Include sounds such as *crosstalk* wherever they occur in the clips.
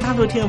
大陆听众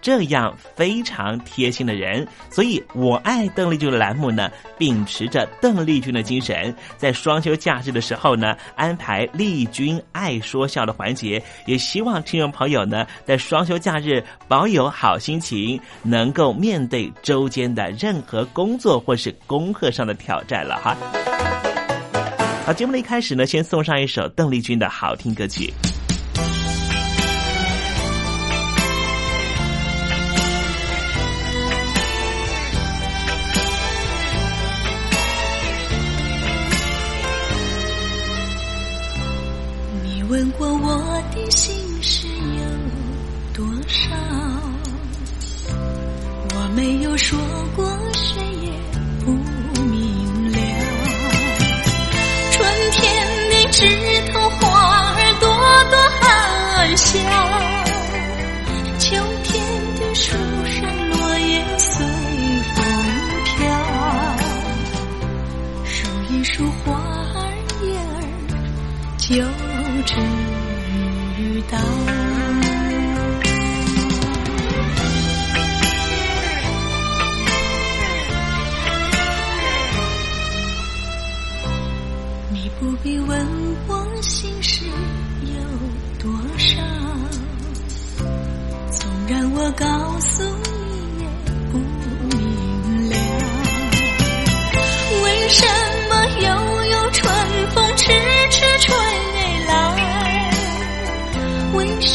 这样非常贴心的人，所以我爱邓丽君的栏目呢，秉持着邓丽君的精神，在双休假日的时候呢，安排丽君爱说笑的环节，也希望听众朋友呢，在双休假日保有好心情，能够面对周间的任何工作或是功课上的挑战了哈。好，节目的一开始呢，先送上一首邓丽君的好听歌曲。你问过我的心事有多少？我没有说过，谁也不明了。春天的枝头花儿朵朵含笑，秋天的树上落叶随风飘。数一数花儿叶儿。就知道。你不必问我心事有多少，纵然我告诉你也不明了，为什么悠悠春风迟迟吹未来？为什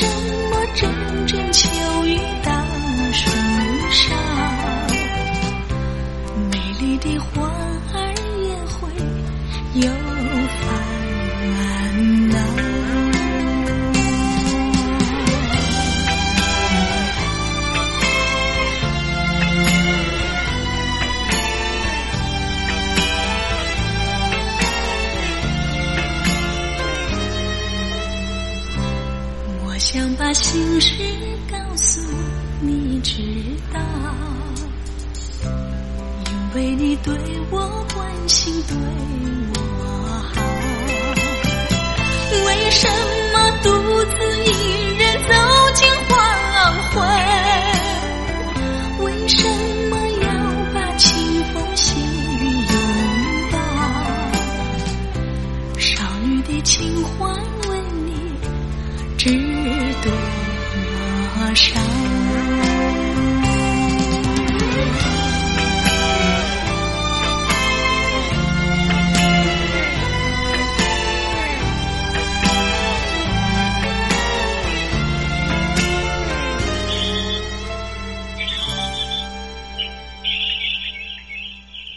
么阵阵秋雨打树梢？美丽的花儿也会有烦恼。我想把心事告诉你，知道。因为你对我关心，对我好。为什么独自一人走进黄昏？为什么要把清风细雨拥抱？少女的情话为你值多少？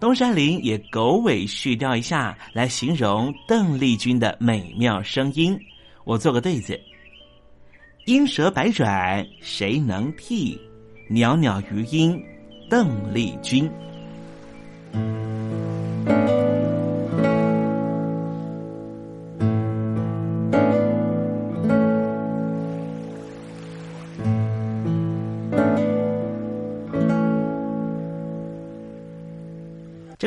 东山林也狗尾续貂一下来形容邓丽君的美妙声音。我做个对子：鹰蛇百转谁能替？袅袅余音，邓丽君。这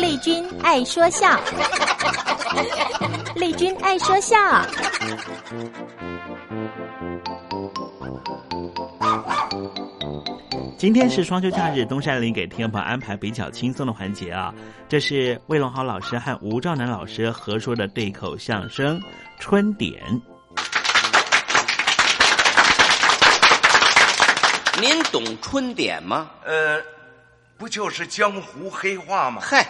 丽君爱说笑，丽君爱说笑。今天是双休假日，东山林给天宝安排比较轻松的环节啊。这是魏龙豪老师和吴兆南老师合说的对口相声《春点》。您懂春点吗？呃，不就是江湖黑话吗？嗨，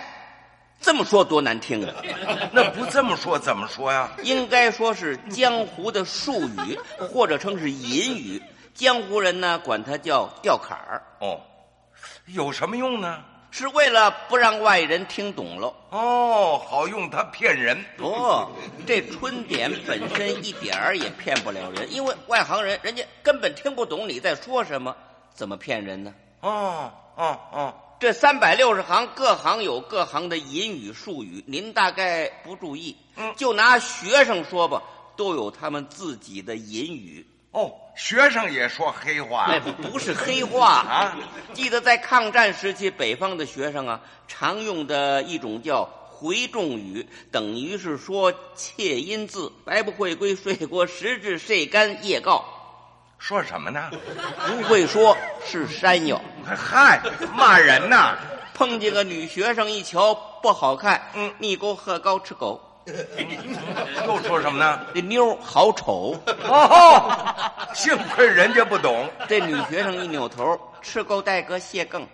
这么说多难听啊！ *laughs* 那不这么说怎么说呀？应该说是江湖的术语，或者称是隐语。江湖人呢，管它叫吊坎儿，哦，有什么用呢？是为了不让外人听懂喽。哦，好用它骗人。 *laughs* 哦，这春点本身一点儿也骗不了人，因为外行人人家根本听不懂你在说什么，怎么骗人呢？哦哦哦，这三百六十行，各行有各行的隐语术语，您大概不注意。嗯就拿学生说吧，都有他们自己的隐语，哦，学生也说黑话那不是黑话啊。记得在抗战时期，北方的学生啊，常用的一种叫回众语，等于是说窃音字，白不会归，睡过时至，晒干夜告，说什么呢？不会说是山药。嗨，骂人呐！碰见个女学生一瞧不好看，嗯你给我喝高吃狗，又说什么呢？这妞儿好丑。哦，幸亏人家不懂。这女学生一扭头，吃够带个谢更，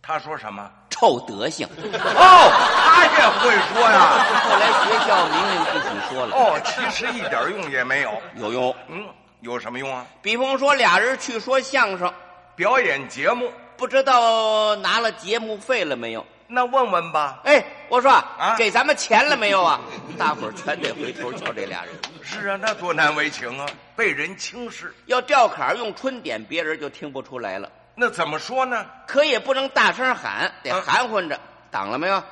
他说什么？臭德行。哦，他也会说呀。后来学校明令说了。哦，其实一点用也没有。有用，嗯，有什么用啊？比方说俩人去说相声，表演节目，不知道拿了节目费了没有？那问问吧。哎，我说啊，给咱们钱了没有啊？大伙儿全得回头瞧这俩人。是啊，那多难为情啊，被人轻视。要吊坎儿用春点，别人就听不出来了。那怎么说呢？可也不能大声啊喊，得含混着。挡了没有？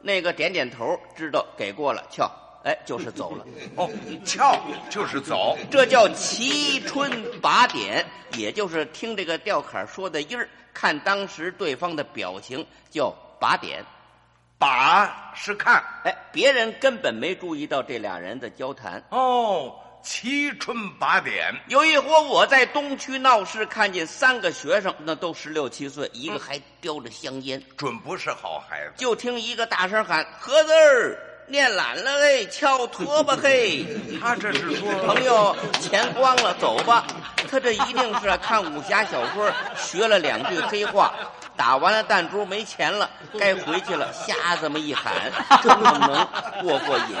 那个点点头，知道给过了，翘，哎，就是走了。 *laughs* 哦，翘就是走，这叫齐春把点，也就是听这个调坎儿说的音儿，看当时对方的表情，叫把点。把是看，哎，别人根本没注意到这俩人的交谈。哦，七春八点。有一回我在东区闹市，看见三个学生，那都十六七岁，一个还叼着香烟，准不是好孩子。就听一个大声喊：“盒子儿，念懒了嘿，翘拖吧嘿！” *laughs* 他这是说朋友钱光了，走吧。他这一定是看武侠小说学了两句黑话。打完了弹珠没钱了，该回去了。瞎这么一喊，真不能过过瘾。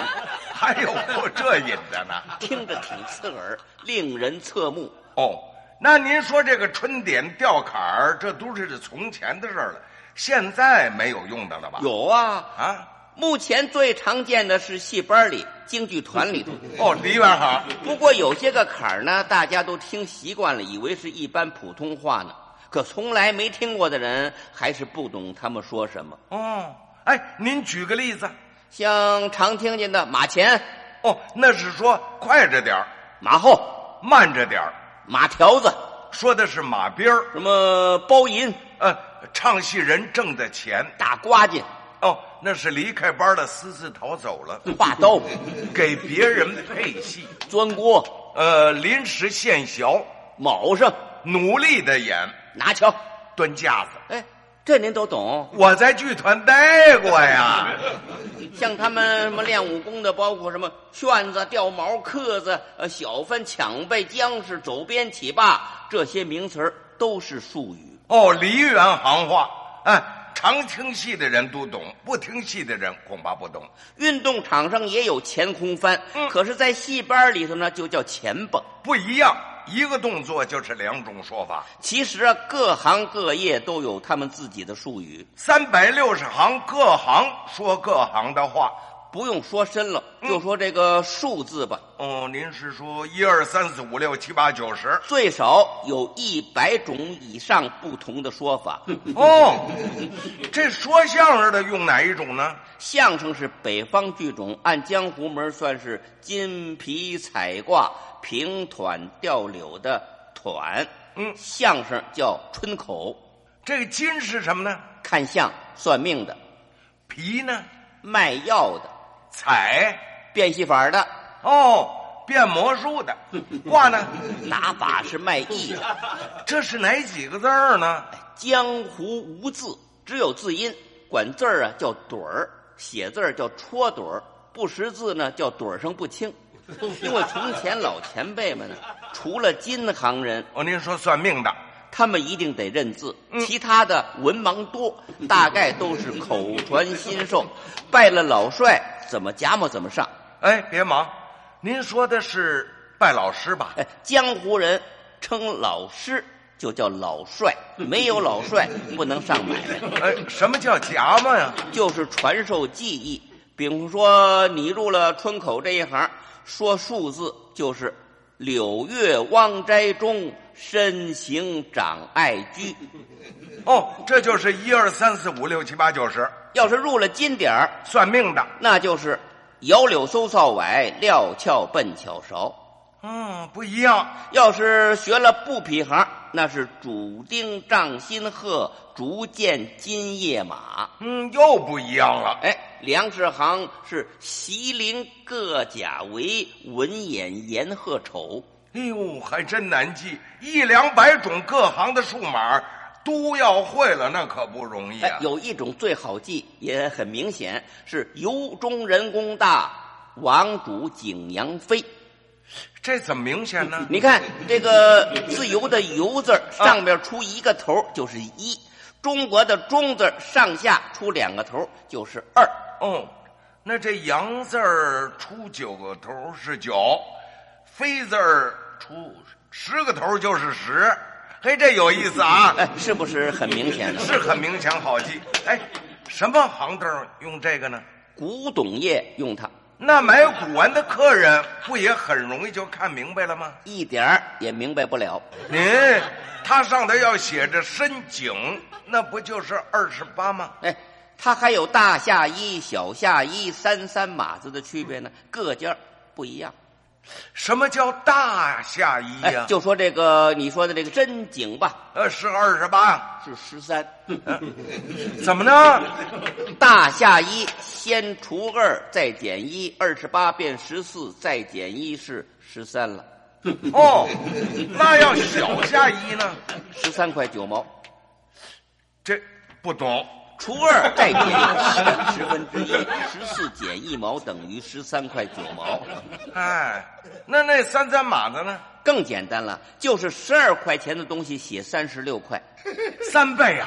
还有过这瘾的呢，听着挺刺耳，令人侧目。哦，那您说这个春点吊坎儿，这都是从前的事儿了，现在没有用的了吧？有啊啊！目前最常见的是戏班里、京剧团里头。哦，李元好。不过有些个坎儿呢，大家都听习惯了，以为是一般普通话呢。可从来没听过的人，还是不懂他们说什么。哦，哎，您举个例子，像常听见的马前，哦，那是说快着点儿；马后，慢着点儿；马条子，说的是马鞭儿；什么包银，呃，唱戏人挣的钱；打瓜子，哦，那是离开班了，私自逃走了；画刀， *laughs* 给别人配戏；钻锅，呃，临时现小；卯上，努力的演；拿桥，蹲架子。哎，这您都懂？我在剧团待过呀。像他们什么练武功的，包括什么旋子、掉毛、刻子、呃小分、抢背、将士、走边、起霸，这些名词儿都是术语。哦，梨园行话，哎，常听戏的人都懂，不听戏的人恐怕不懂。运动场上也有前空翻，嗯、可是，在戏班里头呢，就叫前蹦，不一样。一个动作就是两种说法。其实啊，各行各业都有他们自己的术语。三百六十行，各行说各行的话，不用说深了，嗯、就说这个数字吧。哦，您是说一二三四五六七八九十？最少有一百种以上不同的说法。哦，这说相声的用哪一种呢？相声是北方剧种，按江湖门算是金皮彩挂。平团吊柳的团，嗯，相声叫春口。这个金是什么呢？看相、算命的。皮呢？卖药的。彩，变戏法的。哦，变魔术的。卦呢？打把式卖艺的。这是哪几个字儿呢？江湖无字，只有字音。管字儿啊叫盹儿，写字儿叫戳盹儿，不识字呢叫盹儿声不 *laughs* 清。因为从前老前辈们呢，除了金行人，哦，您说算命的，嗯他们一定得认字，其他的文盲多，大概都是口传心 *laughs* 授，拜了老帅怎么夹磨怎么上。哎，别忙，您说的是拜老师吧？哎，江湖人称老师就叫老帅，没有老帅不能上买卖。哎，什么叫夹磨呀？就是传授技艺，比如说你入了春口这一行。说数字就是柳月汪斋中，身形长艾居。哦，这就是一二三四五六七八九十。要是入了金点儿，算命的那就是摇柳搜扫崴，料峭奔巧勺。嗯，不一样。要是学了布匹行，那是主丁丈新鹤，竹箭金叶马。嗯，又不一样了。哎。粮食行是席林各甲为文眼言鹤丑。哎呦，还真难记，一两百种各行的数码都要会了，那可不容易啊。哎、有一种最好记，也很明显，是由中人工大，王主景阳飞。这怎么明显呢？你看这个“自由”的“由”字上面出一个头就是一，中国的“中”字上下出两个头就是二。哦，那这阳字儿出九个头是九，飞字儿出十个头就是十。嘿，这有意思啊！哎，是不是很明显呢？是很明显，好记。哎，什么行当用这个呢？古董业用它，那买古玩的客人不也很容易就看明白了吗？一点儿也明白不了。您，他上头要写着深井，那不就是二十八吗？哎，它还有大下一、小下一、三三码子的区别呢，各家不一样。什么叫大下一呀、啊哎？就说这个你说的这个真井吧，呃，是二十八，是十三，怎么呢？ *laughs* 大下一先除二，再减一，二十八变十四，再减一是十三了。哦，那要小下一呢？十三块九毛，这不懂。除二再减一等十分之一，十四减一毛等于十三块九毛。哎，那那三三码子呢？更简单了，就是十二块钱的东西写三十六块，三倍啊！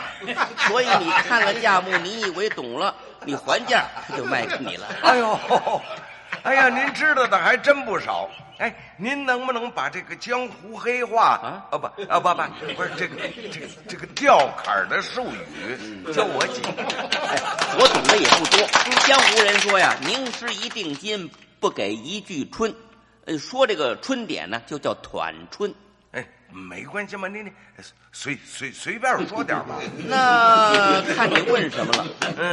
所以你看了价目，你以为懂了，你还价他就卖给你 *laughs* 了。 *laughs* 哎呦，哎呀，您知道的还真不少。哎，您能不能把这个江湖黑话啊？哦啊不啊不不不是这个这个这个吊坎儿的术语教我几个？我懂的也不多。江湖人说呀，宁吃一锭金，不给一句春。呃，说这个春点呢，就叫团春。哎，没关系嘛，你你随随随便说点吧。那看你问什么了？嗯，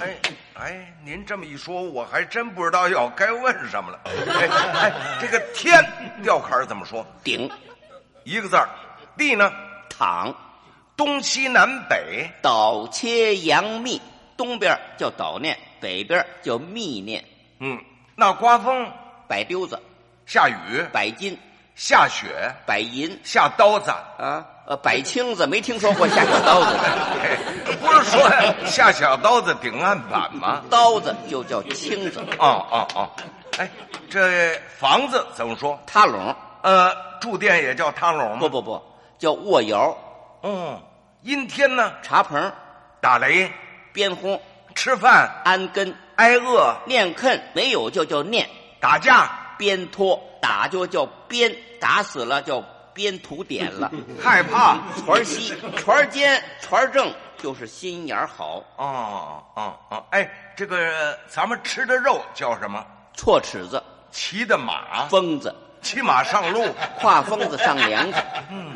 哎。哎，您这么一说，我还真不知道要该问什么了。哎，哎这个天吊坎儿怎么说？顶，一个字儿。地呢？躺。东西南北。岛切阳密，东边叫岛念，北边叫密念。嗯，那刮风摆丢子，下雨摆金，下雪摆银，下刀子啊。呃，摆青子没听说过下小刀子 *laughs* 的，不是说下小刀子顶案板吗？刀子就叫青子。哦哦哦，哎，这房子怎么说？塌笼。呃，住店也叫塌笼吗？不不不，叫卧窑。哦，阴天呢？茶棚。打雷。边轰。吃饭。安根。挨饿。念恨没有就叫念。打架。鞭拖打就叫鞭，打死了叫。编土点 *laughs* 了，啊害怕船西、船尖、船正，就是心眼好。哦哦哦，哎，这个咱们吃的肉叫什么？错齿子，骑的马，疯子，骑马上路，跨疯子上梁子。嗯，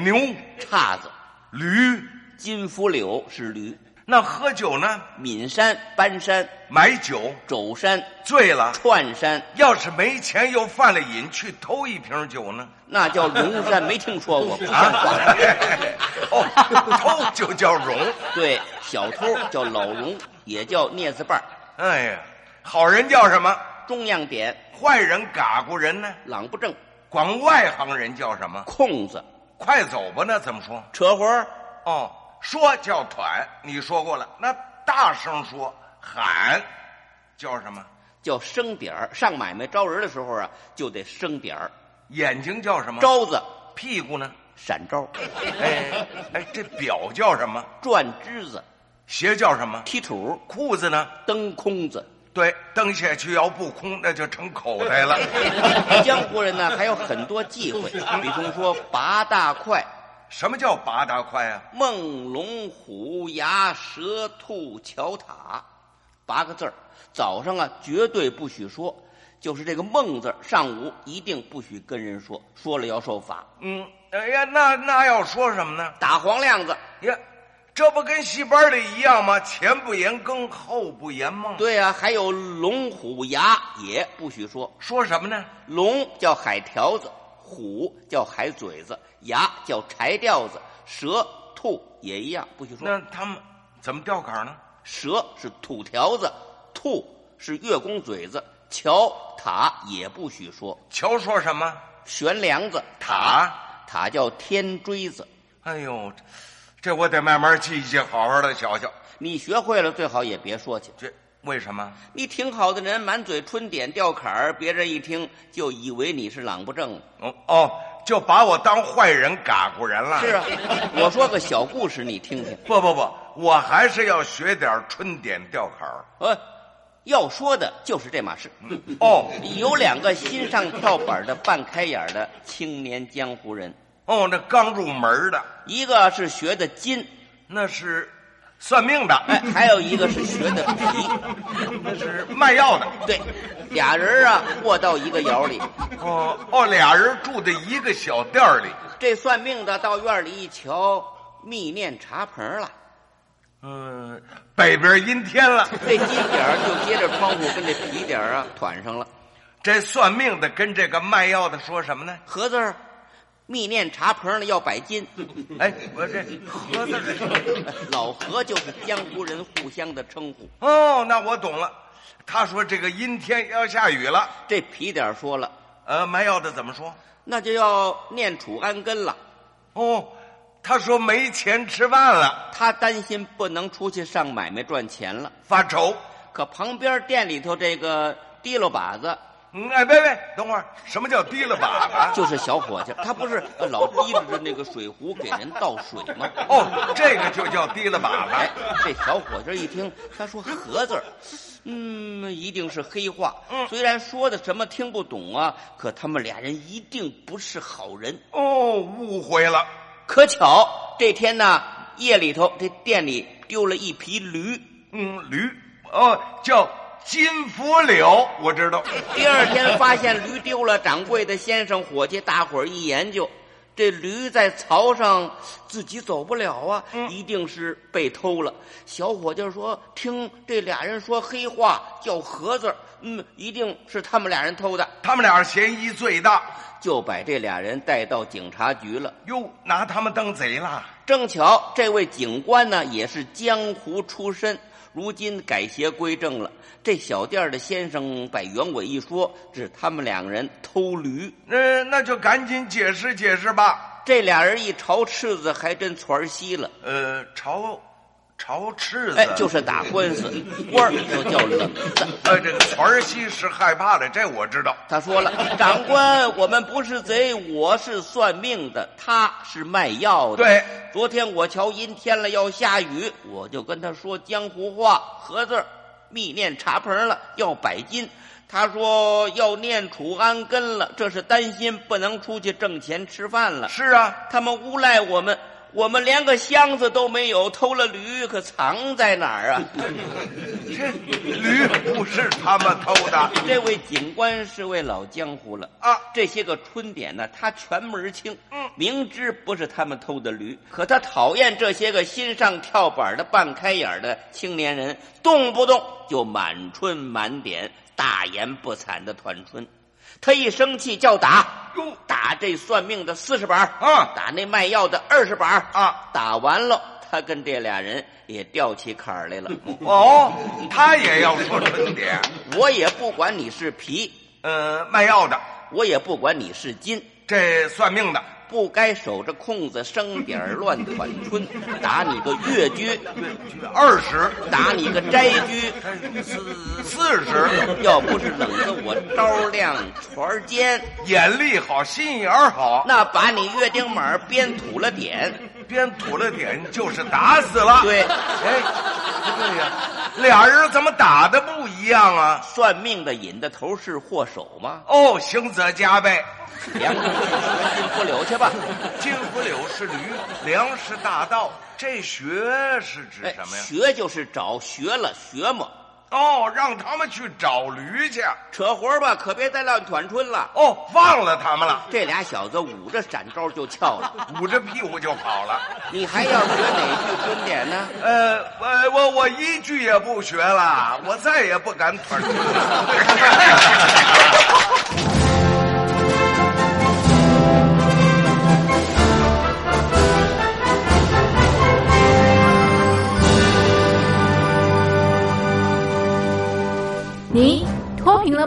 牛，叉子，驴，金扶柳是驴。那喝酒呢？岷山、搬山、买酒、肘山、醉了、串山。要是没钱又犯了瘾，去偷一瓶酒呢？那叫荣山，没听说过。不像 *laughs* 话啊、哦， *laughs* 偷就叫荣。对，小偷叫老荣，也叫镊子瓣哎呀，好人叫什么？中样点。坏人、嘎咕人呢？朗不正。管外行人叫什么？空子。快走吧，那怎么说？扯活哦。说叫团，你说过了。那大声说喊，叫什么？叫声点儿。上买卖招人的时候啊，就得声点儿。眼睛叫什么？招子。屁股呢？闪招。哎哎，这表叫什么？转枝子。鞋叫什么？踢土。裤子呢？蹬空子。对，蹬下去要不空，那就成口袋了。江湖人呢还有很多忌讳，比方说拔大块。什么叫八大块啊？梦龙虎牙蛇兔桥塔，八个字儿。早上啊，绝对不许说，就是这个“梦”字，上午一定不许跟人说，说了要受罚。嗯，哎呀，那那要说什么呢？打黄亮子呀，这不跟戏班里一样吗？前不言耕，后不言梦。对啊，还有龙虎牙也不许说，说什么呢？龙叫海条子。虎叫海嘴子，牙叫柴吊子，蛇兔也一样，不许说。那他们怎么吊坎呢？蛇是土条子，兔是月宫嘴子，桥塔也不许说。桥说什么？悬梁子。塔塔叫天锥子。哎呦，这我得慢慢记记，好好的瞧瞧。你学会了最好也别说去。这。为什么？你挺好的人，满嘴春点吊坎儿，别人一听就以为你是朗不正。哦哦，就把我当坏人、嘎咕人了。是啊，我说个小故事你听听。不不不，我还是要学点春点吊坎儿。呃、哎，要说的就是这码事。哦，有两个新上跳板的半开眼儿的青年江湖人。哦，那刚入门的，一个是学的筋，那是算命的； *laughs* 哎，还有一个是学的皮，那是卖药的。对，俩人啊卧到一个窑里。哦哦，俩人住在一个小店里。这算命的到院里一瞧，密念茶棚了。嗯，北边阴天了，这金点儿就接着窗户跟这皮点儿啊团上了。这算命的跟这个卖药的说什么呢？合字儿，密念茶棚里要百金。 *laughs* 哎，我这合字儿，老何就是江湖人互相的称呼。哦，那我懂了。他说这个阴天要下雨了，这皮点儿说了，呃，卖药的怎么说？那就要念楚安根了。哦，他说没钱吃饭了，他担心不能出去上买卖赚钱了，发愁。可旁边店里头这个提溜把子嗯，哎，别别，等会儿，什么叫提了粑粑？就是小伙计，他不是呃老提着着那个水壶给人倒水吗？哦，这个就叫提了粑哎粑。，这小伙计一听，他说“盒”字儿，嗯，一定是黑话。嗯虽然说的什么听不懂啊，可他们俩人一定不是好人。哦，误会了。可巧这天呢，夜里头这店里丢了一匹驴。嗯，驴哦，叫金福柳，我知道。 *laughs* 第二天发现驴丢了，掌柜的先生伙计大伙儿一研究，这驴在槽上自己走不了啊，一定是被偷了。小伙计说：“听这俩人说黑话，叫盒子，嗯，一定是他们俩人偷的。他们俩嫌疑最大，”就把这俩人带到警察局了。哟，拿他们当贼了。正巧这位警官呢，也是江湖出身，如今改邪归正了。这小店儿的先生把原委一说，指他们两个人偷驴。那、那就赶紧解释解释吧。这俩人一朝翅子，还真窜儿稀了。呃，朝朝赤子，哎，就是打官 *laughs* 司，官儿就叫冷子。呃，这个儿西是害怕的，这我知道。他说了：“长官，我们不是贼，我是算命的，他是卖药的。对，昨天我瞧阴天了，要下雨，我就跟他说江湖话，合字儿密念茶盆了，要百金。他说要念楚安根了，这是担心不能出去挣钱吃饭了。是啊，他们诬赖我们，我们连个箱子都没有，偷了驴可藏在哪 *laughs* 儿啊？这驴不是他们偷的。这位警官是位老江湖了啊这些个春点呢，他全门清。嗯明知不是他们偷的驴，可他讨厌这些个新上跳板的半开眼儿的青年人，动不动就满春满点、大言不惭的团春。他一生气叫打哟，打这算命的四十板儿啊打那卖药的二十板儿啊，打完了，他跟这俩人也掉起坎儿来了。哦，他也要说春点。我也不管你是皮，呃，卖药的，我也不管你是金，这算命的，不该守着空子生点儿乱窜春，打你个越居，二十，打你个斋居，四四十，要不是冷得我招亮船儿尖，眼力好，心眼儿好，那把你月丁满儿鞭吐了点。边吐了点就是打死了。对哎，不对呀、俩人怎么打的不一样啊？算命的引的头是祸首吗？哦，刑责加倍。梁子学金不留去吧。金虎柳是驴，梁是大道，这学是指哎什么呀？学就是找，学了学嘛，哦，让他们去找驴去。扯活儿吧，可别再乱团春了。哦，忘了他们了，这俩小子捂着闪招就翘了。捂着屁股就跑了。你还要学哪句春点呢？呃，我我我一句也不学了，我再也不敢腿 *laughs* 您脱贫了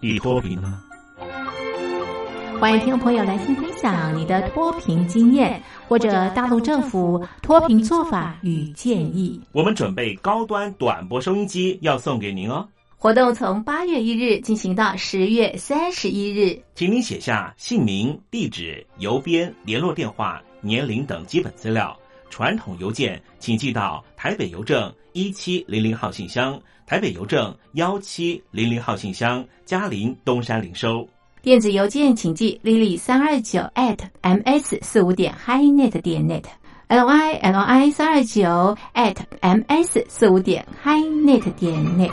你脱贫了吗？欢迎听众朋友来信分享你的脱贫经验，或者大陆政府脱贫做法与建议。我们准备高端短波收音机要送给您哦。活动从八月一日进行到十月三十一日，请您写下姓名、地址、邮编、联络电话、年龄等基本资料。传统邮件请寄到台北邮政一七零零号信箱，台北邮政幺七零零号信箱，嘉陵东山零收。电子邮件请寄 lily 三二九 at m s 四五点 highnet 点 net l i l i 三二九 at m s 四五点 highnet 点 net。